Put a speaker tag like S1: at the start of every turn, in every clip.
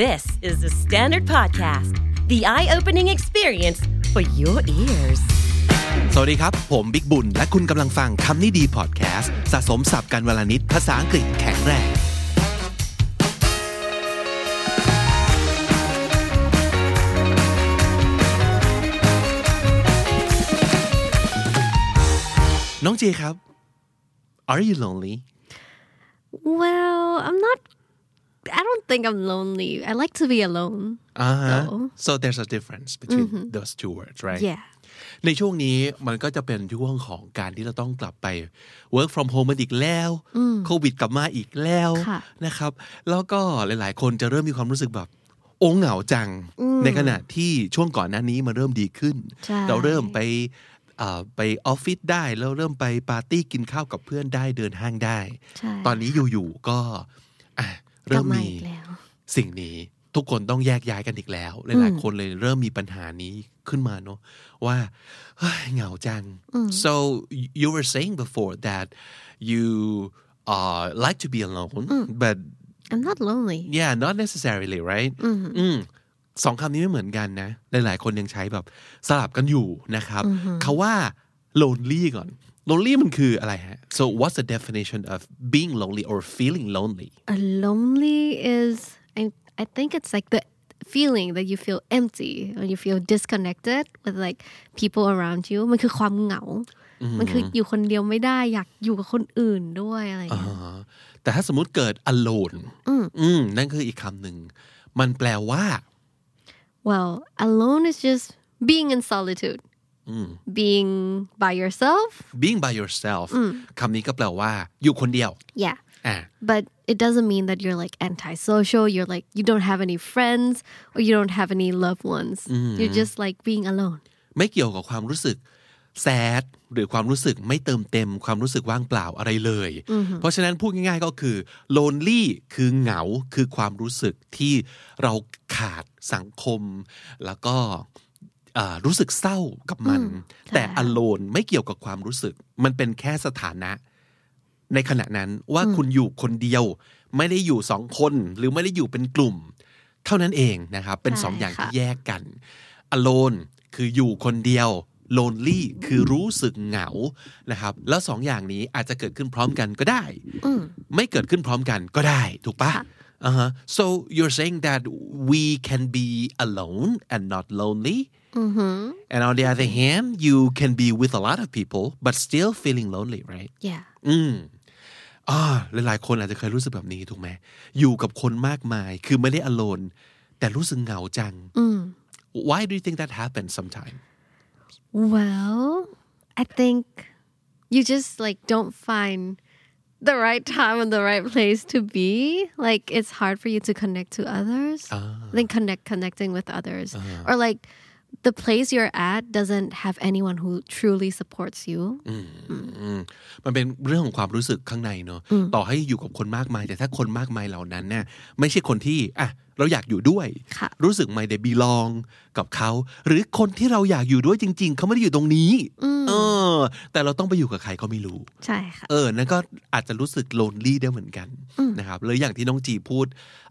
S1: This is the Standard Podcast, the eye opening experience for your ears.
S2: สวัสดีครับ ผมบิ๊กบุญ และคุณกำลังฟังคำนี้ดีพอดแคสต์สะสมสับกันวลานิดภาษาอังกฤษแข็งแรง น้องเจครับ Are you lonely
S3: Well, I'm not. I don't think I'm lonely. I like to be alone.
S2: uh-huh.
S3: No.
S2: so there's a difference between those two words right
S3: Yeah.
S2: ในช่วงนี้มันก็จะเป็นช่วงของการที่เราต้องกลับไป work from home มันอีกแล้วโควิดกลับมาอีกแล้ว
S3: ค่ะ
S2: นะครับ แล้วก็หลาย ๆ คนจะเริ่มมีความรู้สึกแบบ โองเหงาจัง ในขณะที่ช่วงก่อนหน้านี้มันเริ่มดีขึ้น
S3: ใช่
S2: เราเริ่มไปเอ่อไปออฟฟิศได้ แล้วเริ่มไปปาร์ตี้กินข้าวกับเพื่อนได้เดินห้างได้
S3: ใช่
S2: ตอนนี้อยู่ๆก็อ่ะ
S3: กลั
S2: เริ่
S3: บ
S2: ม
S3: มา
S2: มี
S3: อีกแล้ว
S2: สิ่งนี้ทุกคนต้องแยกย้ายกันอีกแล้ว หลายๆคนเลยเริ่มมีปัญหานี้ขึ้นมาเนอะว่าเฮ้ยเหงาจัง so you were saying before that you uh, like to be alone but
S3: I'm not lonely.
S2: yeah not necessarily right อืมสองคำนี้ไม่เหมือนกันนะ หลายๆคนยังใช้แบบสลับกันอยู่นะครับคาว่า lonely ก่อน lonely มันคืออะไรฮะ so what's the definition of being lonely or feeling lonely
S3: A lonely is. I I think it's like the feeling that you feel empty when you feel disconnected with like people around you. มันคือความเหงา มันคืออยู่คนเดียวไม่ได้อยากอยู่กับคนอื่นด้วยอะไรอย่างเงี้ย
S2: อ่าแต่ถ้าสมมติเกิด alone อืมนั่นคืออีกคำหนึ่ง มันแปลว่า
S3: Well, alone is just being in solitude. Being by yourself.
S2: being by yourself คำนี้ก็แปลว่า อยู่คนเดียว
S3: Yeah.
S2: อ่า
S3: But it doesn't mean that you're like antisocial. You're like, you don't have any friends or you don't have any loved ones. You're just like being alone.
S2: ไม่เกี่ยวกับความรู้สึก sad หรือความรู้สึกไม่เติมเต็ม ความรู้สึกว่างเปล่าอะไรเลย เพราะฉะนั้นพูดง่ายๆก็คือ lonely คือเหงาคือความรู้สึกที่เราขาดสังคม แล้วก็เอ่อรู้สึกเศร้ากับมัน แต่ alone ไม่เกี่ยวกับความรู้สึก มันเป็นแค่สถานะ ในขณะนั้นว่าคุณอยู่คนเดียว ไม่ได้อยู่สองคน หรือไม่ได้อยู่เป็นกลุ่ม เท่านั้นเองนะครับ เป็น
S3: ใช่
S2: สองอย่างที่
S3: ค่ะ
S2: แยกกัน alone คืออยู่คนเดียว lonely คือรู้สึกเหงานะครับ แล้วสองอย่างนี้อาจจะเกิดขึ้นพร้อมกันก็ได้ ไม่เกิดขึ้นพร้อมกันก็ได้ ถูกปะอ่าฮะ so you're saying that we can be alone and not lonely and on the other hand you can be with a lot of people but still feeling lonely right
S3: Yeah.
S2: อืมอ่าหลายๆ คนอาจจะเคยรู้สึกแบบนี้ถูกไหม อยู่กับคนมากมาย คือไม่ได้ alone แต่รู้สึกเหงาจัง Why do you think that happens sometimes
S3: Well, I think you just like don't find the right time and the right place to be. Like it's hard for you to connect to others. I think connect connecting with others. Or like the place you're at doesn't have anyone who truly supports you.
S2: อืมมันเป็นเรื่องของความรู้สึกข้างในเนอะต่อให้อยู่กับคนมากมาย แต่ถ้าคนมากมายเหล่านั้นเนี่ยไม่ใช่คนที่อ่ะเราอยากอยู่ด้วย
S3: ค่ะ
S2: รู้สึกไม่ได้บีลองกับเขา หรือคนที่เราอยากอยู่ด้วยจริง ๆ เขาไม่ได้อยู่ตรงนี้เออ แต่เราต้องไปอยู่กับใครก็ไม่รู้
S3: ใช่ค่ะ
S2: เออ นั่นก็อาจจะรู้สึก lonely ได้เหมือนกันนะครับเลยอย่างที่น้องจีพูด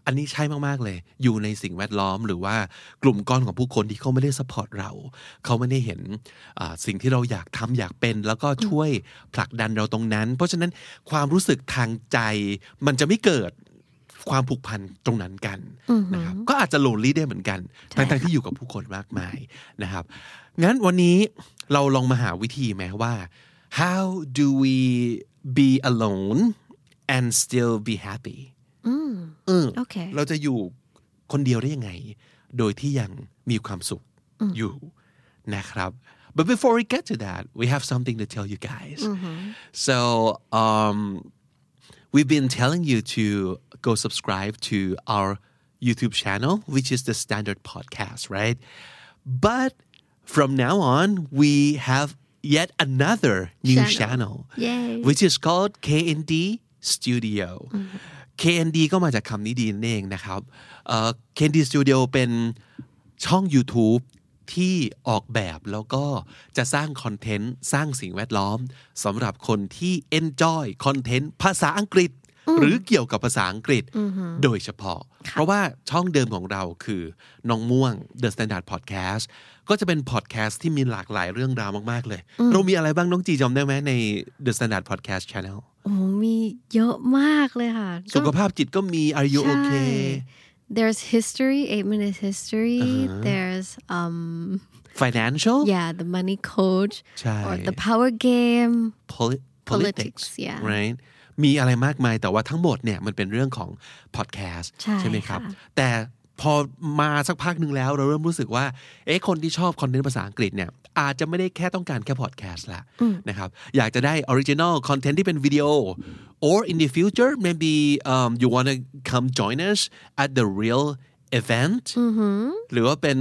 S2: อันนี้ใช่มากๆเลย อยู่ในสิ่งแวดล้อมหรือว่ากลุ่มก้อนของผู้คนที่เขาไม่ได้สปอร์ตเรา เขาไม่ได้เห็นอ่าสิ่งที่เราอยากทำอยากเป็น แล้วก็ช่วยผลักดันเราตรงนั้น เพราะฉะนั้นความรู้สึกทางใจมันจะไม่เกิดความผูกพันตรงนั้นกันนะครับก็อาจจะ lonely ได้เหมือนกันทั้งๆที่อยู่กับผู้คนมากมายนะครับ งั้นวันนี้เราลองมาหาวิธีไหมว่า how do we be alone and still be happy เออ
S3: Okay.
S2: เราจะอยู่คนเดียวได้ยังไง โดยที่ยังมีความสุขอยู่นะครับ but before we get to that we have something to tell you guys so um we've been telling you to go subscribe to our YouTube channel which is the standard podcast right but from now on we have yet another new
S3: Channel.
S2: channel,
S3: Yay.
S2: which is called KND Studio KND ก็มาจากคำนี้ดีนั่นเองนะครับเอ่อ KND Studio เป็นช่อง YouTube ที่ออกแบบแล้วก็จะสร้างคอนเทนต์ สร้างสิ่งแวดล้อมสำหรับคนที่ enjoy คอนเทนต์ภาษาอังกฤษ หรือเกี่ยวกับภาษาอังกฤษโดยเฉพาะ เพราะว่าช่องเดิมของเราคือน้องม่วง The Standard Podcast ก็จะเป็นพอดแคสต์ที่มีหลากหลายเรื่องราวมาก ๆ เลย เรามีอะไรบ้างน้องจีจำได้ไหมใน The Standard Podcast Channel
S3: โอ้มีเยอะมากเลยค่ะ
S2: สุขภาพจิตก็มี Are you
S3: ใช่
S2: okay Uh-huh.
S3: there's history eight minutes history there's um
S2: Financial
S3: yeah the money coach
S2: ใช่
S3: or the power game
S2: Poli- politics
S3: Politics, yeah.
S2: right มีอะไรมากมายแต่ว่าทั้งหมดเนี่ยมันเป็นเรื่องของพอดแคสต์
S3: ใช่
S2: ไหมครับ
S3: ค่ะ
S2: แต่พอมาสักพักหนึ่งแล้วเราเริ่มรู้สึกว่า เอ๊ะคนที่ชอบคอนเทนต์ภาษาอังกฤษเนี่ยอาจจะไม่ได้แค่ต้องการแค่พอดแคสต์ละนะครับ อยากจะได้ออริจินอลคอนเทนต์ที่เป็นวิดีโอ or in the future maybe um, you wanna come join us at the real event หรือว่าเป็น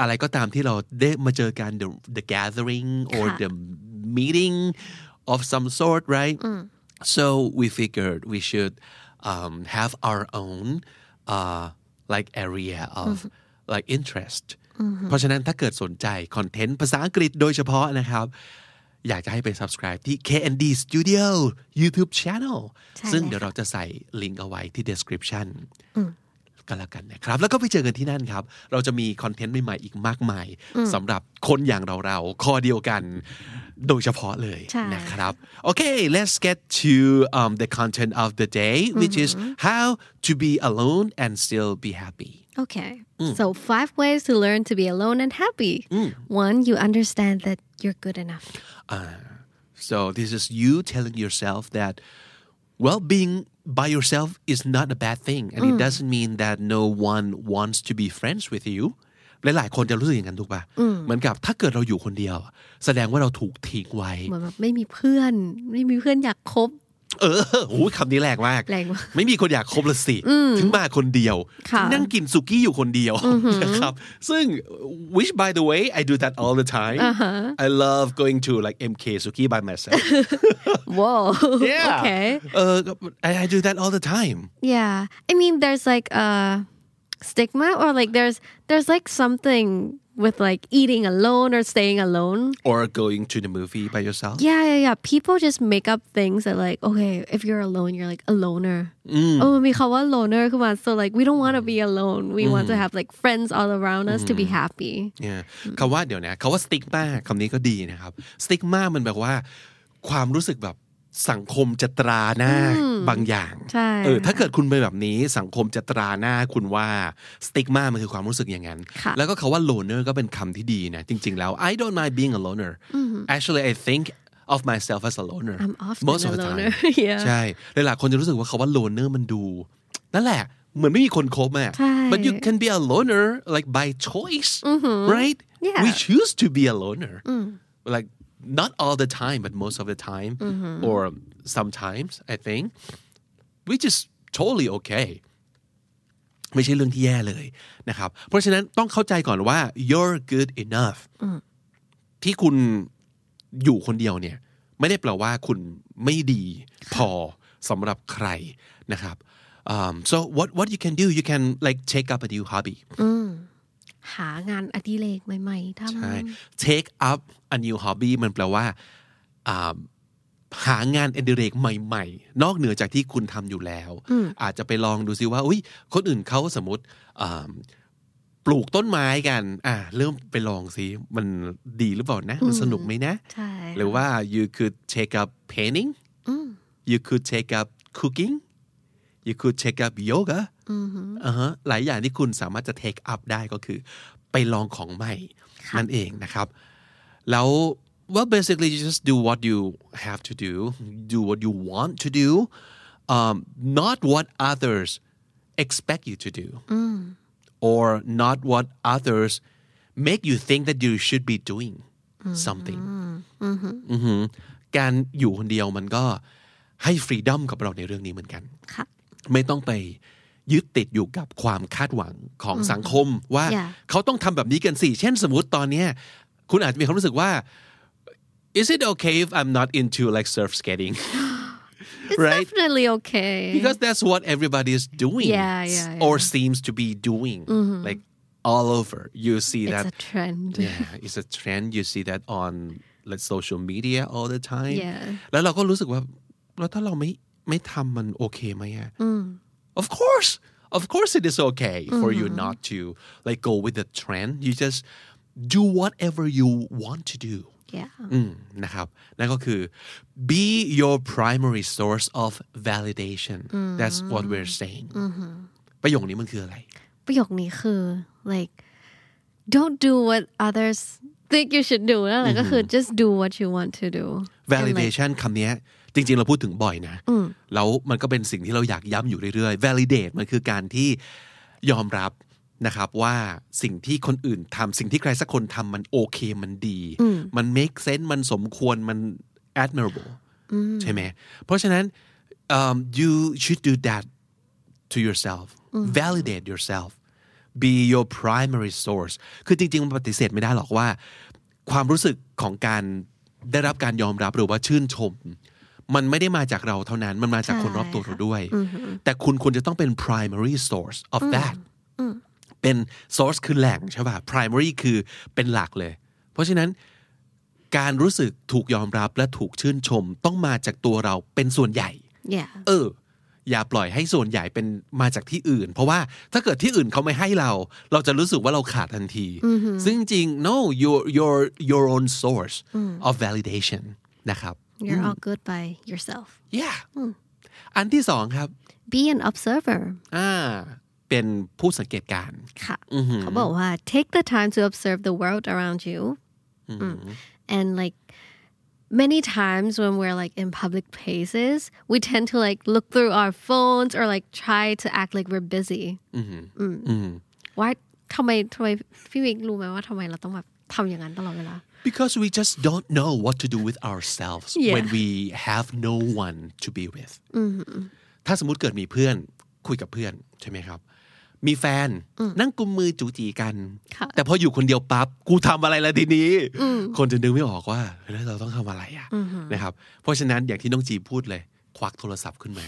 S2: อะไรก็ตามที่เราได้มาเจอกัน the the gathering or
S3: ค่ะ
S2: the meeting of some sort right so we figured we should um, have our own uh, like area of like interest เพราะฉะนั้นถ้าเกิดสนใจคอนเทนต์ภาษาอังกฤษโดยเฉพาะนะครับ อยากจะให้ไป subscribe ที่ KND Studio YouTube Channel
S3: ใช่
S2: ซึ่ง
S3: เลย
S2: เดี๋ยว
S3: ค่ะ
S2: เราจะใส่ลิงก์เอาไว้ที่ description ก็แล้วกันนะครับ แล้วก็ไปเจอกันที่นั่นครับ เราจะมีคอนเทนต์ใหม่ๆอีกมากมายสำหรับคนอย่างเราๆข้อเดียวกันโดยเฉพาะเลย
S3: ใช่
S2: นะครับ โอเค let's get to um, the content of the day which is how to be alone and still be happy
S3: Okay.
S2: Mm.
S3: So, five ways to learn to be alone and happy. One, you understand that you're good enough.
S2: So this is you telling yourself that well being by yourself is not a bad thing and it doesn't mean that no one wants to be friends with you หลายๆคนจะรู้สึกอย่างนั้นถูกป่ะเหมือนกับถ้าเกิดเราอยู่คนเดียวอะแสดงว่าเราถูกทิ้งไว้
S3: เหมือนแบบไม่มีเพื่อน ไม่มีเพื่อนอยากคบ
S2: เออโอ้ยคำนี้แรงมาก
S3: แรงมาก
S2: ไม่มีคนอยากคบละสิ ถึงมาคนเดียว
S3: ค่ะ
S2: นั่งกินสุกี้อยู่คนเดียวนะครับ ซึ่ง which by the way I do that all the time I love going to like MK Suki by myself
S3: ว้าว
S2: Yeah.
S3: Okay.
S2: Uh, I, I do that all the time.
S3: Yeah. I mean, there's like a stigma or like there's there's like something with like eating alone or staying alone.
S2: Or going to the movie by yourself.
S3: Yeah, yeah, yeah. People just make up things that like, okay, if you're alone, you're like a loner.
S2: Mm.
S3: Oh, we call a loner. Come on. So like, we don't want to be alone. We want to
S2: Mm-hmm.
S3: have like friends all around us to be happy.
S2: เนี่ยคำว่าเดี๋ยวนะคำว่าสติ๊กมาคำนี้ก็ดีนะครับสติ๊กมามันแบบว่า ความรู้สึกแบบสังคมจะตราหน้าบางอย่าง
S3: ใช่
S2: เออถ้าเกิดคุณไปนแบบนี้สังคมจะตราหน้าคุณว่าสติ๊กมามันคือความรู้สึกอย่างนั้น
S3: ค่ะ
S2: แล้วก็คำว่า loner ก็เป็นคำที่ดีนะ จริง ๆ แล้ว I don't mind being a loner actually I think of myself as a loner
S3: I'm often
S2: most of
S3: a
S2: the time
S3: loner. Yeah.
S2: ใช่หลายๆคนจะรู้สึกว่าคำว่า loner มันดู นั่นแหละ เหมือนไม่มีคนคบอ่ะ
S3: ใช่
S2: but you can be a loner like by choice right
S3: Yeah.
S2: we choose to be a loner like not all the time but most of the time or sometimes I think which is totally okay ไม่ใช่เรื่องที่แย่เลยนะครับ เพราะฉะนั้นต้องเข้าใจก่อนว่า you're good enough ที่คุณอยู่คนเดียวเนี่ย ไม่ได้แปลว่าคุณไม่ดีพอสำหรับใครนะครับ um, so what what you can do you can like take up a new hobby
S3: หางานอดิเรกใหม่ๆทำ
S2: ใช่ take up a new hobby มันแปลว่าอ่าหางานอดิเรกใหม่ ๆ นอกเหนือจากที่คุณทำอยู่แล้ว อาจจะไปลองดูซิว่าอุ้ยคนอื่นเขาสมมติอ่าปลูกต้นไม้กันอ่าเริ่มไปลองซิมันดีหรือเปล่านะ มันสนุกไหมนะ
S3: ใช่
S2: หรือว่า you could take up painting you could take up cooking you could take up yoga อ่าฮะหลายอย่างที่คุณสามารถจะ take up ได้ก็คือ ไปลองของใหม่ นั่นเองนะครับ แล้ว well basically you just do what you have to do do what you want to do um, not what others expect you to do or not what others make you think that you should be doing something อือหือการอยู่คนเดียวมันก็ให้ฟรีดอมกับเราในเรื่องนี้เหมือนกัน
S3: ค่ะ
S2: ไม่ต้องไปยึดติดอยู่กับความคาดหวังของสังคมว่า
S3: Yeah.
S2: เขาต้องทำแบบนี้กันสิ เช่นสมมติตอนเนี้ยคุณอาจจะมีความรู้สึกว่า is it okay if I'm not into like surf skating
S3: It's
S2: right
S3: definitely okay.
S2: because that's what everybody is doing
S3: Yeah, yeah, yeah. Mm-hmm.
S2: or seems to be doing like all over you see that
S3: it's a trend.
S2: yeah it's a trend you see that on like social media all the time
S3: Yeah.
S2: แล้วเราก็รู้สึกว่าแล้วถ้าเราไม่ ไม่ทำมันโอเคไหมอะ of course of course it is okay for you
S3: Mm-hmm.
S2: not to like go with the trend you just do whatever you want to do
S3: yeah
S2: อืมนะครับนั่นก็คือ be your primary source of validation that's what we're saying ประโยคนี้มันคืออะไร
S3: ประโยคนี้คือ like don't do what others think you should do นั่นแหละก็
S2: Mm-hmm.
S3: คือ just do what you want to do
S2: validation คำเนี้ยจริง ๆ เราพูดถึงบ่อยนะ แล้วมันก็เป็นสิ่งที่เราอยากย้ำอยู่เรื่อยๆ validate มันคือการที่ยอมรับนะครับว่าสิ่งที่คนอื่นทำสิ่งที่ใครสักคนทำมันโอเคมันดี มัน make sense มันสมควรมัน admirable ใช่ไหมเพราะฉะนั้น um, you should do that to yourself validate yourself be your primary source คือจริงๆ มันปฏิเสธไม่ได้หรอกว่า ความรู้สึกของการได้รับการยอมรับหรือว่าชื่นชม มันไม่ได้มาจากเราเท่านั้น มันมาจากคนรอบตัวเราด้วย แต่คุณควรจะต้องเป็น primary source of that เป็น source คือแหล่งใช่ป่ะ primary คือเป็นหลักเลย เพราะฉะนั้น การรู้สึกถูกยอมรับและถูกชื่นชม ต้องมาจากตัวเราเป็นส่วนใหญ่
S3: yeah
S2: เออ อย่าปล่อยให้ส่วนใหญ่เป็นมาจากที่อื่น เพราะว่าถ้าเกิดที่อื่นเขาไม่ให้เรา เราจะรู้สึกว่าเราขาดทันที ซึ่งจริง no your your your own source of validation นะครับ
S3: you're all good by yourself
S2: yeah อันที่สองครับ
S3: be an observer
S2: อ่า เป็นผู้สังเกตการณ์
S3: ค่ะเขาบอกว่า take the time to observe the world around you อืม and like many times when we're like in public places we tend to like look through our phones or like try to act like we're busy อืม why ทำไมทำไมพี่วิกรู้ไหมว่าทำไมเราต้องแบบทำอย่างนั้นตลอดเวลา
S2: because we just don't know what to do with ourselves
S3: Yeah.
S2: when we have no one to be with ถ้าสมมติเกิดมีเพื่อนคุยกับเพื่อนใช่ไหมครับ มีแฟนนั่งกุมมือจูจีกัน
S3: ค่ะ
S2: แต่พออยู่คนเดียวปั๊บกูทำอะไรละทีนี้ คนจะนึกไม่ออกว่าแล้วเราต้องทำอะไรอะนะครับ เพราะฉะนั้นอย่างที่น้องจีพูดเลย ควักโทรศัพท์ขึ้นมา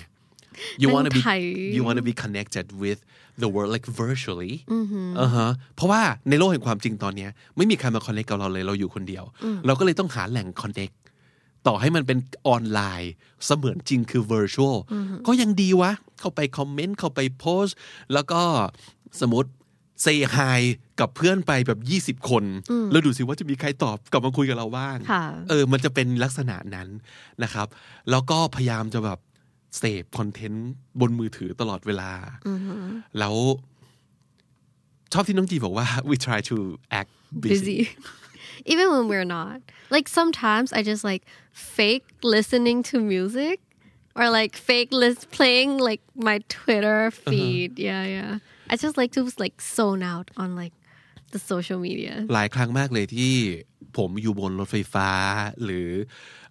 S2: you
S3: นั่ง
S2: wanna be
S3: ไถ
S2: you wanna be connected with the world like virtually อ่าฮะเพราะว่าในโลกแห่งความจริงตอนเนี้ยไม่มีใครมาคอนเนคกับเราเลยเราอยู่คนเดียว เราก็เลยต้องหาแหล่งคอนเนคต่อให้มันเป็นออนไลน์ เสมือนจริงคือ virtual ก็ยังดีวะ เข้าไปคอมเมนต์เข้าไปโพสต์ แล้วก็สมมติ say hi กับเพื่อนไปแบบ 20 คน แล้วดูสิว่าจะมีใครตอบกลับมาคุยกับเราบ้าง
S3: ค่ะ
S2: เออ มันจะเป็นลักษณะนั้นนะครับ แล้วก็พยายามจะแบบเสพคอนเทนต์บนมือถือตลอดเวลา แล้ว ชอบที่น้องจีบอกว่า we try to act busy
S3: busy. Even when we're not. Like sometimes I just like fake listening to music or like fake list playing like my Twitter
S2: Uh-huh.
S3: feed. Yeah, yeah. I just like to like zone out on like the social media.
S2: หลายครั้งมากเลยที่ผมอยู่บนรถไฟฟ้า หรือ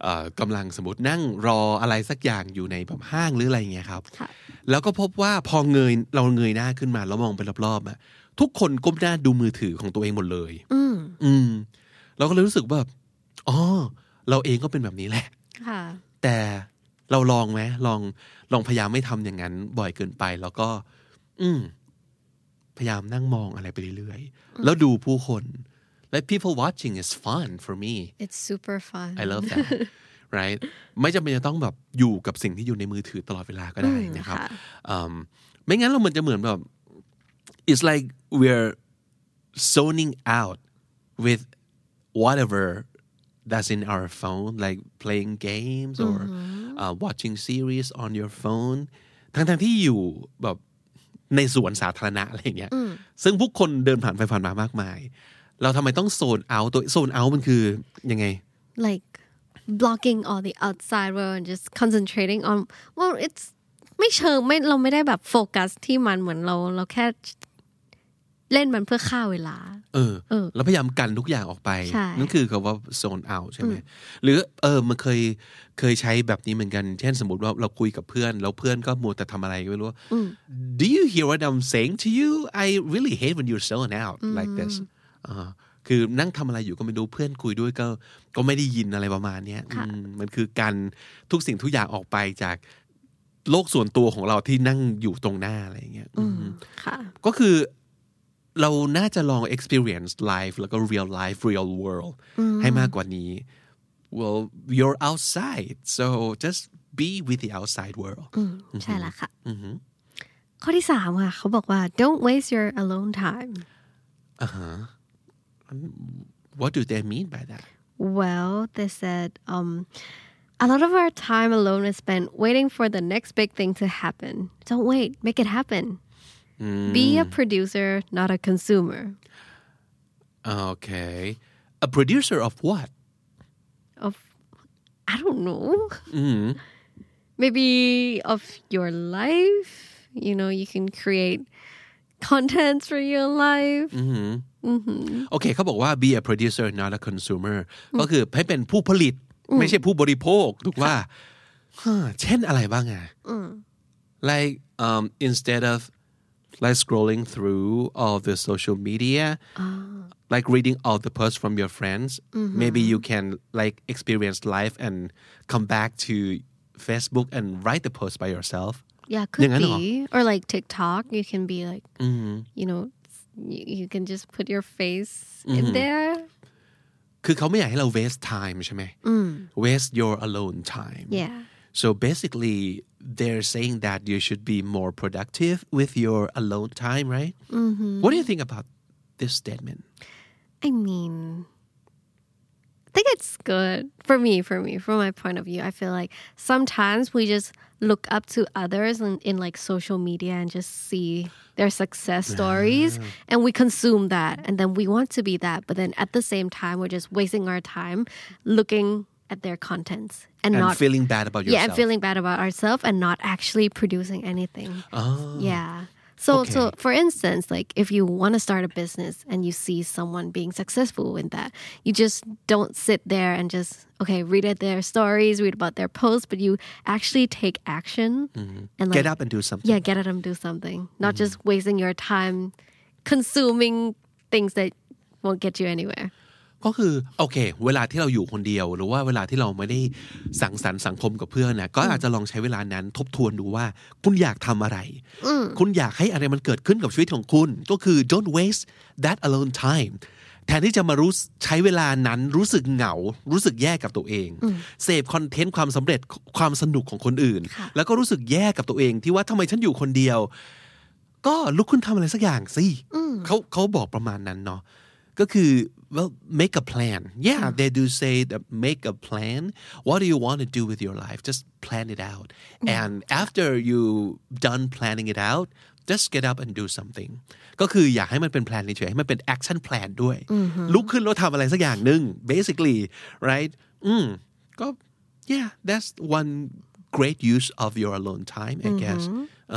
S2: เออกำลังสมมตินั่งรออะไรสักอย่างอยู่ในแบบห้างหรืออะไรเงี้ยครับ
S3: ค่ะ
S2: แล้วก็พบว่าพอเงยเราเงยหน้าขึ้นมาแล้วมองไปรอบๆอะทุกคนก้มหน้าดูมือถือของตัวเองหมดเลย อืม เราก็เลยรู้สึกว่าแบบอ๋อ เราเองก็เป็นแบบนี้แหละ
S3: ค่ะ
S2: แต่เราลองไหมลองลองพยายามไม่ทำอย่างนั้น บ่อยเกินไป แล้วก็ อืม พยายามนั่งมองอะไรไปเรื่อยๆ แล้วดูผู้คนและ people watching is fun for me
S3: It's super fun.
S2: I love that right ไม่จำเป็นจะต้องแบบอยู่กับสิ่งที่อยู่ในมือถือตลอดเวลาก็ได้นะครับ
S3: ค่ะ
S2: อืมไม่งั้นเราเหมือนจะเหมือนแบบ it's like we're zoning out with whatever that's in our phone like playing games or uh, watching series on your phone ทั้งทงๆที่อยู่แบบในสวนสาธารณะอะไรอย่างเงี้ย ซึ่งผู้คนเดินผ่านไปผ่านมามากมาย เราทำไมต้องโซนเอาตัวโซนเอามันคือยังไง
S3: like blocking all the outside world and just concentrating on well it's ไม่เชิงไม่เราไม่ได้แบบโฟกัสที่มันเหมือนเราเราแค่เล่นมันเพื่อฆ่าเวลา
S2: เออแล้วพยายามกันทุกอย่างออกไป
S3: ใช่
S2: นั่นคือคำว่า zone out ใช่ไหมหรือเออมันเคยเคยใช้แบบนี้เหมือนกัน เช่นสมมติว่าเราคุยกับเพื่อน แล้วเพื่อนก็มัวแต่ทำอะไรไม่รู้ Do you hear what I'm saying to you I really hate when you're zone out like this อ่าคือนั่งทำอะไรอยู่ก็ไม่รู้เพื่อนคุยด้วยก็ก็ไม่ได้ยินอะไรประมาณเนี้ยอืมมันคือการทุกสิ่งทุกอย่างออกไปจากโลกส่วนตัวของเราที่นั่งอยู่ตรงหน้าอะไรอย่างเงี้ยอืม
S3: ค่ะ
S2: ก็คือเราน่าจะลอง experience life แล้วก็ real life real world ให้มากกว่านี้ well you're outside so just be with the outside world
S3: ใช่ละค่ะข้อที่สามค่ะเขาบอกว่า don't waste your alone time
S2: what do they mean by that
S3: Well, they said um, a lot of our time alone is spent waiting for the next big thing to happen. Don't wait, make it happen. Be a producer, not a consumer
S2: okay a producer of what
S3: of I don't know. Maybe of your life. You know, you can create contents for your life.
S2: โอเคเขาบอกว่า be a producer not a consumer ก็คือให้เป็นผู้ผลิตไม่ใช่ผู้บริโภคถูกว่าฮ่าเช่นอะไรบ้างอะ like um, instead of like scrolling through all the social media like reading all the posts from your friends maybe you can like experience life and come back to Facebook and write the post by yourself
S3: Yeah,
S2: Yeah,
S3: could
S2: I know.
S3: be. Or like TikTok, you can be like, you know, you, you can just put your face in there.
S2: คือเขาไม่อยากให้เรา waste time ใช่ไหม waste your alone time
S3: Yeah.
S2: So basically, they're saying that you should be more productive with your alone time, right?
S3: Mm-hmm.
S2: What do you think about this statement?
S3: I mean, I think it's good for me, for me, from my point of view. I feel like sometimes we just look up to others in, in like social media and just see their success stories and we consume that and then we want to be that. But then at the same time, we're just wasting our time looking at their contents and,
S2: And
S3: not
S2: feeling bad about
S3: yeah
S2: yourself.
S3: and feeling bad about ourselves and not actually producing anything
S2: Ah.
S3: yeah so so
S2: Uh-huh. Okay.
S3: for instance like if you want to start a business and you see someone being successful in that you just don't sit there and just okay read at their stories read about their posts but you actually take action and
S2: Mm-hmm. Get
S3: like
S2: Mm-hmm. up and do something.
S3: yeah get at them do something not just wasting your time consuming things that won't get you anywhere
S2: ก็คือโอเค เวลาที่เราอยู่คนเดียว หรือว่าเวลาที่เราไม่ได้สังสรรค์สังคมกับเพื่อนนะก็อาจจะลองใช้เวลานั้นทบทวนดูว่า คุณอยากทำอะไร คุณอยากให้อะไรมันเกิดขึ้นกับชีวิตของคุณ ก็คือ don't waste that alone time แทนที่จะมารู้ใช้เวลานั้นรู้สึกเหงา รู้สึกแย่กับตัวเอง เสพคอนเทนต์ความสำเร็จความสนุกของคนอื่น แล้วก็รู้สึกแย่กับตัวเองที่ว่าทำไมฉันอยู่คนเดียว ก็ลุกขึ้นทำอะไรสักอย่างสิเขาเขาบอกประมาณนั้นเนาะก็คือ well make a plan yeah they do say that make a plan what do you want to do with your life just plan it out and after you done planning it out just get up and do something ก็คืออยากให้มันเป็นแพลนเฉยๆให้มันเป็น action plan ด้วย ลุกขึ้นแล้วทำอะไรสักอย่างหนึ่ง basically right อืมก็ yeah that's one great use of your alone time I guess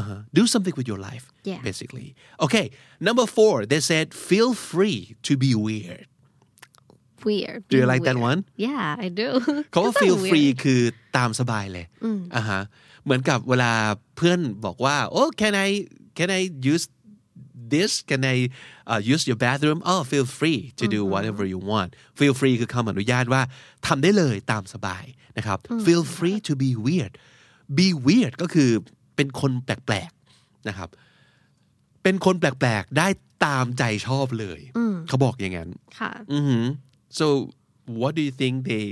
S2: uh-huh. do something with your life
S3: Mm-hmm. Yeah.
S2: basically. Okay, number four, they said feel free to be weird.
S3: weird
S2: Do you
S3: being
S2: like that
S3: weird.
S2: one?
S3: yeah i do
S2: เขาว่า
S3: 'Cause I'm
S2: feel
S3: weird.
S2: free คือตามสบายเลยอ่าฮะเหมือนกับเวลาเพื่อนบอกว่าโอ้ can I can I use this can I uh, use your bathroom oh feel free to do whatever you want feel free คือคำอนุญาตว่าทำได้เลยตามสบายนะครับ feel free to be weird be weird ก็คือเป็นคนแปลกๆนะครับ เป็นคนแปลกๆ ได้ตามใจชอบเลย เขาบอกอย่างนั้น
S3: ค่ะ
S2: so what do you think they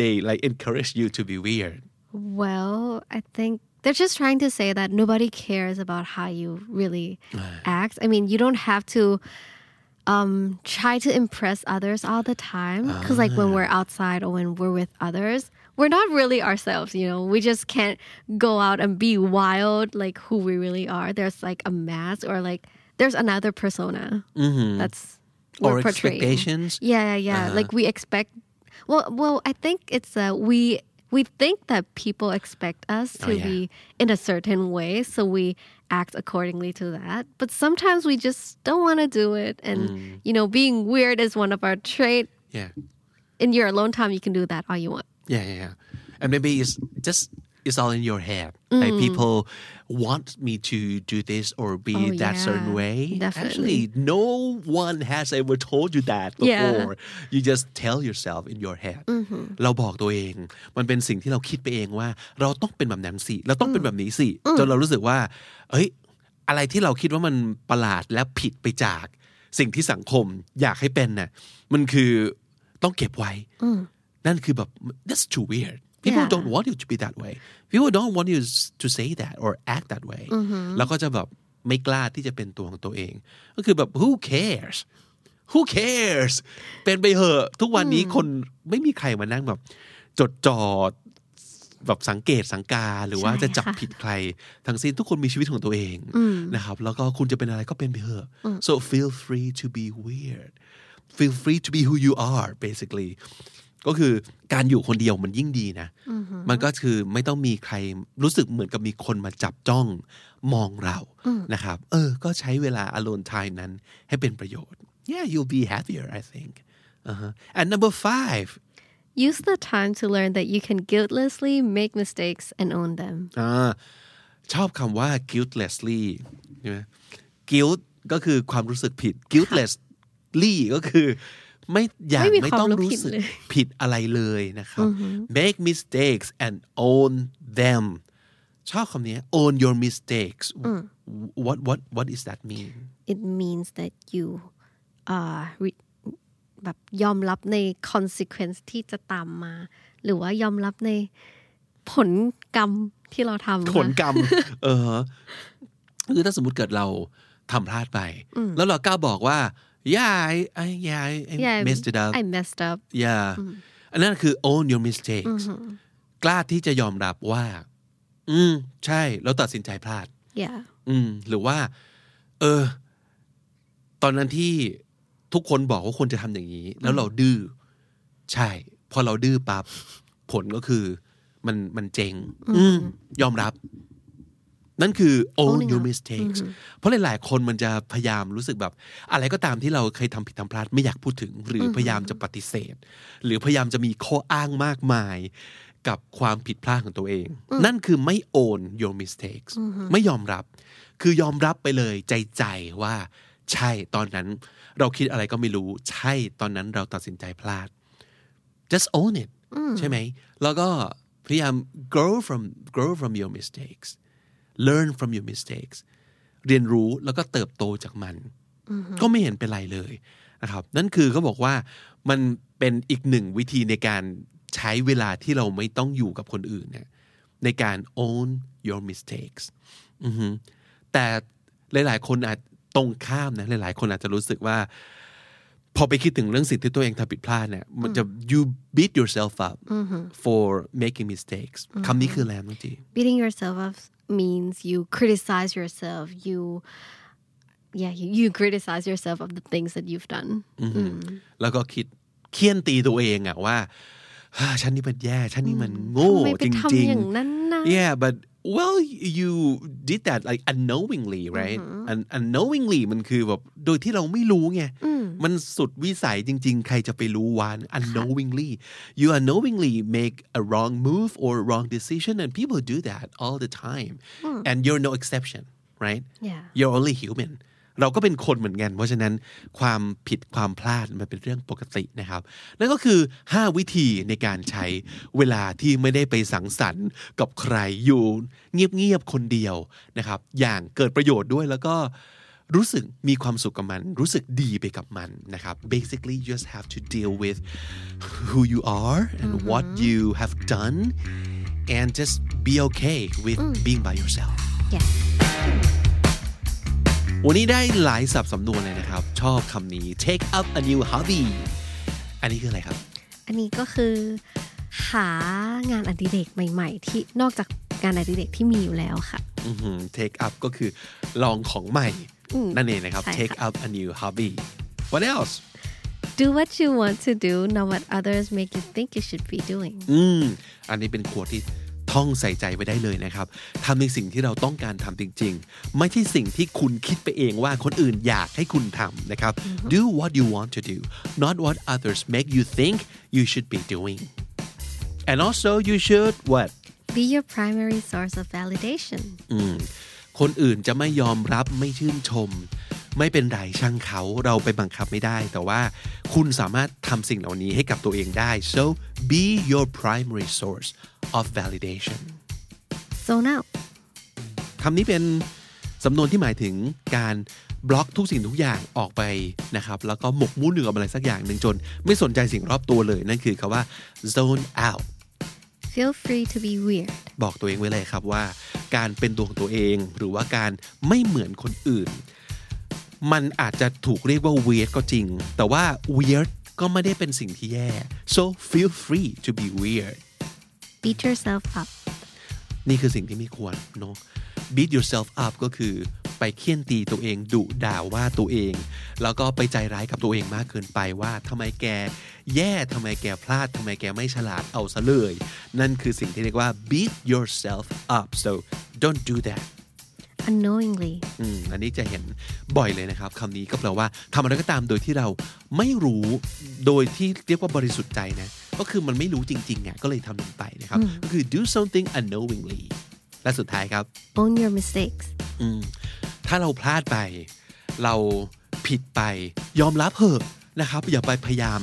S2: they like encourage you to be weird
S3: Well, I think they're just trying to say that nobody cares about how you really act. I mean, you don't have to um, try to impress others all the time. Because, like, when we're outside or when we're with others, we're not really ourselves, you know? We just can't go out and be wild, like who we really are. There's like a mask or like there's another persona that's we're
S2: or
S3: portraying.
S2: expectations
S3: Yeah, yeah, yeah. Like we expect. Well, well, I think it's uh, we we think that people expect us to
S2: yeah.
S3: be in a certain way, so we act accordingly to that. But sometimes we just don't want to do it, and you know, being weird is one of our trait.
S2: yeah
S3: In your alone time, you can do that all you want.
S2: yeah yeah, yeah. and maybe it's just it's all in your head
S3: Mm.
S2: like people want me to do this or be
S3: Oh,
S2: that
S3: yeah.
S2: certain way
S3: Definitely.
S2: actually no one has ever told you that
S3: Yeah.
S2: before you just tell yourself in your head เราบอกตัวเอง มันเป็นสิ่งที่เราคิดไปเองว่า เราต้องเป็นแบบนั้นสิเราต้องเป็นแบบนี้สิจนเรารู้สึกว่าเอ้ย อะไรที่เราคิดว่ามันประหลาดและผิดไปจากสิ่งที่สังคมอยากให้เป็นน่ะมันคือต้องเก็บไว้ นั่นคือแบบ that's too weird people
S3: Yeah.
S2: don't want you to be that way people don't want you s- to say that or act that way แล้วก็จะแบบไม่กล้าที่จะเป็นตัวของตัวเอง ก็คือแบบ who cares who cares เป็นไปเหอะทุกวันนี้คนไม่มีใครมานั่งแบบ จดจ่อแบบสังเกตสังกาหรือว่า
S3: ใช่
S2: จะจับ
S3: ค่ะ
S2: ผิดใคร ทั้งสิ้นทุกคนมีชีวิตของตัวเองนะครับ แล้วก็คุณจะเป็นอะไรก็เป็นไปเถอะ so feel free to be weird feel free to be who you are basically ก็คือการอยู่คนเดียวมันยิ่งดีนะ มันก็คือไม่ต้องมีใครรู้สึกเหมือนกับมีคนมาจับจ้องมองเรานะครับ เออ ก็ใช้เวลา alone time นั้นให้เป็นประโยชน์ yeah you'll be happier I think uh-huh. and number five
S3: Use the time to learn that you can guiltlessly make mistakes and own them.
S2: อ่าชอบคำว่า guiltlessly ใช่ไหม guilt ก็คือความรู้สึกผิด guiltlessly ก็คือ ไม่อย่าง
S3: ไม่มี
S2: ไม่
S3: ความ
S2: ต้อง
S3: รู้
S2: รู้
S3: ผิด
S2: สึก
S3: เลย
S2: ผิดอะไรเลยนะครับ make mistakes and own them ชอบคำนี้ own your mistakes what what what is that mean
S3: It means that you are re- แบบยอมรับใน consequence ที่จะตามมา หรือว่ายอมรับในผลกรรมที่เราทำ
S2: ผลกร รม เออฮะคือถ้าสมมติเกิดเราทำพลาดไป แล้วเรากล้าบอกว่า yeah I I yeah I, I
S3: เนี่ย
S2: messed it up
S3: I messed up
S2: yeah อันนั้นคือ own your mistakes กล้าที่จะยอมรับว่า อืม ใช่ เราตัดสินใจพลาด
S3: yeah
S2: อืม หรือว่า เออ ตอนนั้นที่ทุกคนบอกว่าควรจะทำอย่างนี้ แล้วเราดื้อ ใช่ พอเราดื้อปั๊บ ผลก็คือ มันมันเจ๊งอืม ยอมรับ นั่นคือ own
S3: Owning
S2: your
S3: up
S2: mistakes เพราะหลาย ๆ คนมันจะพยายามรู้สึกแบบ อะไรก็ตามที่เราเคยทำผิดทำพลาดไม่อยากพูดถึง หรืออพยายามจะปฏิเสธ หรือพยายามจะมีข้ออ้างมากมาย กับความผิดพลาดของตัวเอง นั่นคือไม่ own your mistakes ไม่ยอมรับ คือยอมรับไปเลยใจใจๆว่า ใช่ตอนนั้น เราคิดอะไรก็ไม่รู้ ใช่ตอนนั้นเราตัดสินใจพลาด just own it ใช่ไหม แล้วก็พยายาม grow from grow from your mistakes learn from your mistakes เรียนรู้แล้วก็เติบโตจากมัน ก็ไม่เห็นเป็นไรเลยนะครับ นั่นคือเขาบอกว่ามันเป็นอีกหนึ่งวิธีในการใช้เวลาที่เราไม่ต้องอยู่กับคนอื่นเนี่ยในการ own your mistakes อือฮึแต่หลาย ๆ คนอาจตรงข้ามนะหลาย ๆ คนอาจจะรู้สึกว่า พอไปคิดถึงเรื่องสิ่งที่ตัวเองทำผิดพลาดเนี่ยมันจะ you beat yourself up for making mistakes คำนี้คืออะไรน้องจี
S3: beating yourself up means you criticize yourself you yeah you, you criticize yourself of the things that you've done
S2: แล้วก็คิดเคี่ยนตีตัวเองอะว่าฮ่าฉันนี่มันแย่ ฉันนี่มันโง่
S3: ทำไมไป
S2: จริง
S3: ทำ
S2: จริง
S3: อย่างนั้นนะ
S2: yeah but well you did that like unknowingly right Un- unknowingly มันคือแบบโดยที่เราไม่รู้ไง มันสุดวิสัยจริง ๆ ใครจะไปรู้วาน unknowingly you unknowingly make a wrong move or wrong decision and people do that all the time and you're no exception right
S3: Yeah.
S2: you're only human เราก็เป็นคนเหมือนกัน เพราะฉะนั้นความผิดความพลาดมันเป็นเรื่องปกตินะครับ นั่นก็คือ 5 วิธีในการใช้เวลาที่ไม่ได้ไปสังสรรค์กับใครอยู่ เงียบ ๆ คนเดียวนะครับ อย่างเกิดประโยชน์ด้วยแล้วก็รู้สึกมีความสุขกับมัน รู้สึกดีไปกับมันนะครับ basically you just have to deal with who you are and what you have done and just be okay with being by yourself
S3: yeah
S2: วันนี้ได้หลายศัพท์สำนวนเลยนะครับ ชอบคำนี้ take up a new hobby อันนี้คืออะไรครับ
S3: อันนี้ก็คือ หางานอดิเรกใหม่ ๆ ที่นอกจากงานอดิเรกที่มีอยู่แล้วค่ะ
S2: อื้อหือ take up ก็คือลองของใหม่
S3: อืม
S2: นั่นเองนะครับ
S3: ใช่ค่ะ
S2: take up a new hobby what else
S3: do what you want to do not what others make you think you should be doing
S2: อืม อันนี้เป็นขวดที่ท่องใส่ใจไว้ได้เลยนะครับทำในสิ่งที่เราต้องการทำจริง ๆ ไม่ใช่สิ่งที่คุณคิดไปเองว่าคนอื่นอยากให้คุณทำนะครับ do what you want to do not what others make you think you should be doing and also you should what
S3: be your primary source of validation
S2: อืมคนอื่นจะไม่ยอมรับไม่ชื่นชม ไม่เป็นไรช่างเขาเราไปบังคับไม่ได้ แต่ว่าคุณสามารถทำสิ่งเหล่านี้ให้กับตัวเองได้ so be your primary source of validation
S3: so now
S2: คำนี้เป็นสำนวนที่หมายถึงการบล็อกทุกสิ่งทุกอย่างออกไปนะครับ แล้วก็หมกมุ่นอยู่กับอะไรสักอย่างหนึ่งจน ไม่สนใจสิ่งรอบตัวเลย นั่นคือคาว่า zone out
S3: feel free to be weird
S2: บอกตัวเองไว้เลยครับว่า การเป็นตัวของตัวเองหรือว่าการไม่เหมือนคนอื่น มันอาจจะถูกเรียกว่า weird ก็จริง แต่ว่า weird ก็ไม่ได้เป็นสิ่งที่แย่ so feel free to be weird
S3: beat yourself up
S2: นี่คือสิ่งที่ไม่ควรเนาะ beat yourself up ก็คือไปเคี่ยนตีตัวเองดุด่าว่าตัวเอง แล้วก็ไปใจร้ายกับตัวเองมากเกินไปว่าทำไมแกแย่ทำไมแกพลาดทำไมแกไม่ฉลาดเอาซะเลย นั่นคือสิ่งที่เรียกว่า beat yourself up so don't do that
S3: unknowingly
S2: อืมอันนี้จะเห็นบ่อยเลยนะครับคำนี้ก็แปลว่าทำอะไรก็ตามโดยที่เราไม่รู้โดยที่เรียกว่าบริสุทธิ์ใจนะ ก็คือมันไม่รู้จริงๆอ่ะก็เลยทำลงไปนะครับ ก็คือ do something unknowingly และสุดท้ายครับ
S3: own your mistakes
S2: อืมถ้าเราพลาดไป เราผิดไป ยอมรับเถอะนะครับ อย่าไปพยายาม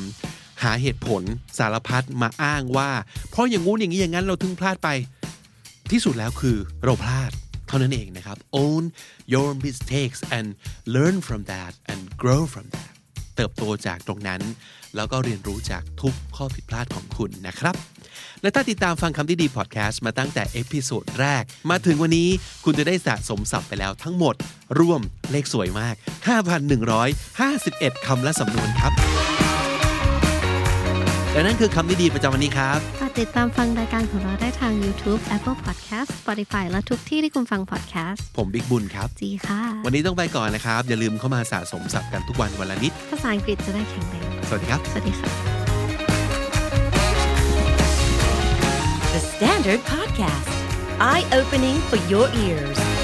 S2: หาเหตุผลสารพัดมาอ้างว่า เพราะอย่างงู้นอย่างนี้อย่างนั้นเราถึงพลาดไป ที่สุดแล้วคือเราพลาดเท่านั้นเองนะครับ own your mistakes and learn from that and grow from that เติบโตจากตรงนั้น แล้วก็เรียนรู้จากทุกข้อผิดพลาดของคุณนะครับ และถ้าติดตามฟังคำที่ดีพอดแคสต์มาตั้งแต่เอพิโซดแรก มาถึงวันนี้คุณจะได้สะสมศัพท์ไปแล้วทั้งหมด รวมเลขสวยมาก 5,151 คำและสำนวนครับ และนั่นคือคำที่ดีประจำวันนี้ครับ
S3: ฝากติดตามฟังรายการของเราได้ทาง YouTube Apple Podcast Spotify และทุกที่ที่คุณฟัง podcast
S2: ผมบิ๊กบุญครับ
S3: ดีค่ะ
S2: วันนี้ต้องไปก่อนนะครับ อย่าลืมเข้ามาสะสมศัพท์กันทุกวันวันละนิด
S3: ภาษาอังกฤษจะได้แข็งแรง
S2: สวัสดีครับ
S3: สวัสดีค่ะ
S1: The Standard Podcast, eye opening for your ears.